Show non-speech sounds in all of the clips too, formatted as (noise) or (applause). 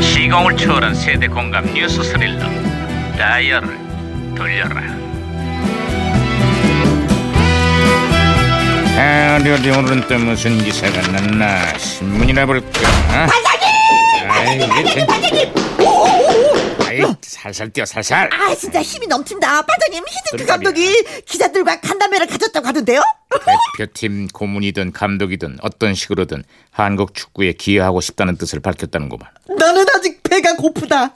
진공을 초월한 세대 공감 뉴스 스릴러 다이얼을 돌려라 아, 어디 어디 오늘은 또 무슨 기사가 났나 신문이나 볼까 반장님! 반장님! 아이 살살 뛰어 살살 아 진짜 힘이 넘친다 반장님 히딩크 그러니까 감독이 기자들과 간담회를 가졌다고 하던데요 대표팀 고문이든 감독이든 어떤 식으로든 한국 축구에 기여하고 싶다는 뜻을 밝혔다는구만 네. 나는 아직 배가 고프다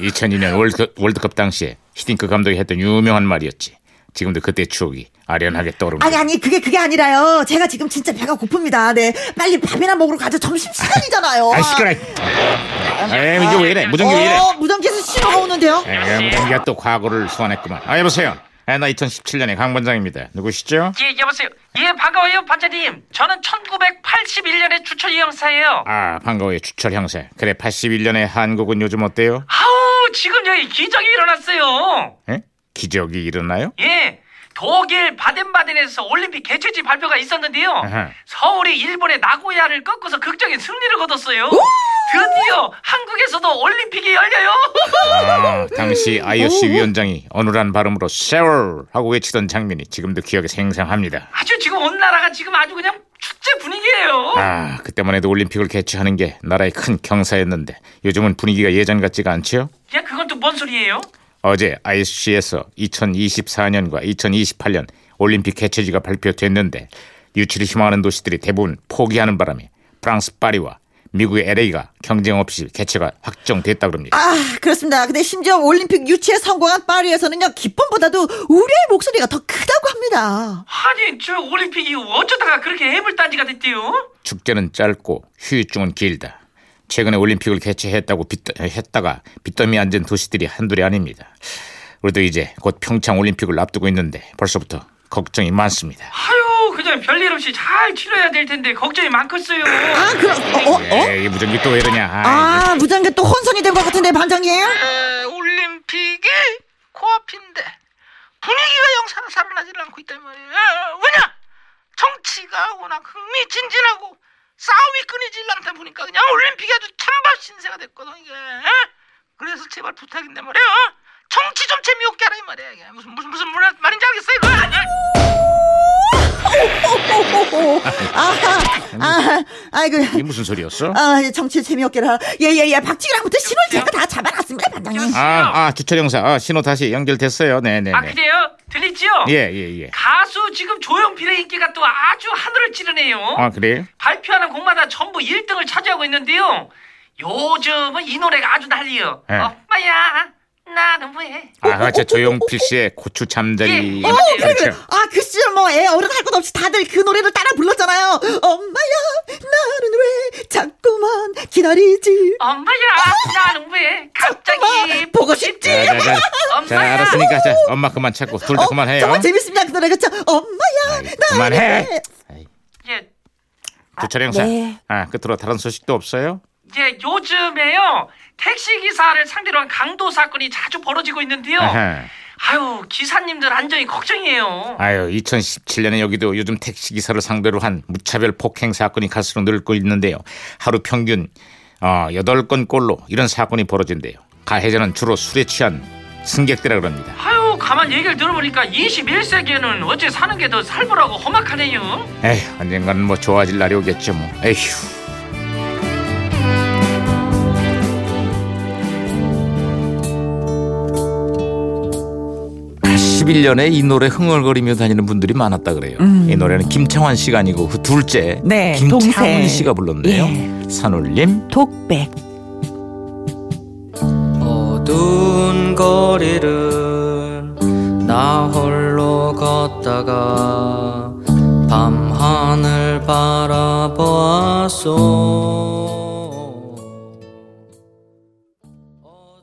2002년 월드컵, 월드컵 당시에 히딩크 감독이 했던 유명한 말이었지. 지금도 그때 추억이 아련하게 떠오릅니다. 아니 아니 그게 그게 아니라요 제가 지금 진짜 배가 고픕니다 네 빨리 밥이나 먹으러 가죠 점심시간이잖아요 아 시끄러. 에 이게 왜 이래? 무전기 왜 이래? 어, 무전기에서 신호가 오는데요 에 예, 무전기가 또 과거를 소환했구만. 아 여보세요. 아, 나 2017년의 강 반장입니다. 누구시죠? 예, 여보세요. 예, 반가워요, 반장님. 저는 1981년의 주철 이형사예요. 아 반가워요 주철 형사. 그래 81년의 한국은 요즘 어때요? 아우, 지금 여기 기적이 일어났어요. 에? 예? 기적이 일어나요? 예, 독일 바덴바덴에서 올림픽 개최지 발표가 있었는데요. 아하. 서울이 일본의 나고야를 꺾어서 극적인 승리를 거뒀어요. 드디어 한국에서도 올림픽이 열려요. 아, 당시 IOC 위원장이 어눌한 발음으로 세월 하고 외치던 장면이 지금도 기억에 생생합니다. 아주 지금 온 나라가 지금 아주 그냥 축제 분위기예요. 아, 그때만 해도 올림픽을 개최하는 게 나라의 큰 경사였는데 요즘은 분위기가 예전 같지가 않지요? 예, 그건 또 뭔 소리예요? 어제 IOC에서 2024년과 2028년 올림픽 개최지가 발표됐는데 유치를 희망하는 도시들이 대부분 포기하는 바람에 프랑스 파리와 미국의 LA가 경쟁 없이 개최가 확정됐다 그럽니다. 아 그렇습니다 근데 심지어 올림픽 유치에 성공한 파리에서는요 기쁨보다도 우리의 목소리가 더 크다고 합니다 아니, 저 올림픽이 어쩌다가 그렇게 해물단지가 됐대요? 축제는 짧고 휴유증은 길다. 최근에 올림픽을 개최했다고 빗, 했다가 빚더미 앉은 도시들이 한둘이 아닙니다. 우리도 이제 곧 평창 올림픽을 앞두고 있는데 벌써부터 걱정이 많습니다. 아유 그냥 별일 없이 잘 치러야 될 텐데 걱정이 많겠어요. (coughs) 아 그럼 어? 어? 어? 예, 에이 무전기 또 왜 이러냐? 아이, 아 무전기 또 혼선이 된 것 같은데 (laughs) 반장님 올림픽이 코앞인데 분위기가 영상 살아나질 않고 있단 말이에요. 왜냐? 정치가 워낙 흥미진진하고 싸움이 끊이질 않다 보니까 그냥 올림픽이 아주 찬밥 신세가 됐거든 이게. 그래서 제발 부탁인데 말이에요. 정치 좀 재미없게 하라 이 말이야. 이게. 무슨 무슨 무슨 말인지 알겠어 이거. 아, 아이고. 이게 무슨 소리였어? 아, 예, 정치 재미없게 라 예예예, 박지희랑부터 신호를 제가 다 잡아놨습니다, 반장님. 어, 아, 아 주철 형사, 아, 신호 다시 연결됐어요. 네네네. 아 그래요? 들리지요? 예 예, 예. 가수 지금 조용필의 인기가 또 아주 하늘을 찌르네요. 아 그래요? 발표하는 곡마다 전부 1등을 차지하고 있는데요. 요즘은 이 노래가 아주 난리요. 예. 엄마야, 나는 왜? 아, 저 조용필 씨의 고추 잠자리. 예, 어, 오, 그래, 그래. 그렇죠. 아, 그 시절 뭐, 애 어른 할 것 없이 다들 그 노래를 따라 불렀잖아요. 엄마야, 나는 왜 자꾸만 기다리지? 엄마야, 아! 나는 왜? 갑자기 엄마, 보고 싶지? 자, 자, 자, 자, 엄마야. 알았으니까 자, 엄마 그만 찾고 둘 다 아, 그만해요. 어, 정말 재밌습니다, 네, 그 노래. 그쵸? 엄마야, 나는 그만해. 왜. 아이, 예, 주철 형사, 네. 아 끝으로 다른 소식도 없어요? 예, 요즘에요. 택시 기사를 상대로 한 강도 사건이 자주 벌어지고 있는데요. 아하. 아유, 기사님들 안전이 걱정이에요. 아유, 2017년에 여기도 요즘 택시 기사를 상대로 한 무차별 폭행 사건이 갈수록 늘고 있는데요. 하루 평균 어, 8건꼴로 이런 사건이 벌어진대요. 가해자는 주로 술에 취한 승객들이라 그럽니다. 아유, 가만 얘기를 들어보니까 21세기에는 어째 사는 게 더 살벌하고 험악하네요. 에휴, 언젠가는 뭐 좋아질 날이 오겠죠 뭐. 에휴. 십일 년에이 노래 흥얼거리며 다니는 분들이 많았다 그래요. 이 노래는 김창완 씨가 아니고 그 둘째 음. 네, 김창훈 동생. 예. 씨가 불렀네요. 산울림 독백 어두운 거리를 나 홀로 걷다가 밤하늘 바라보았소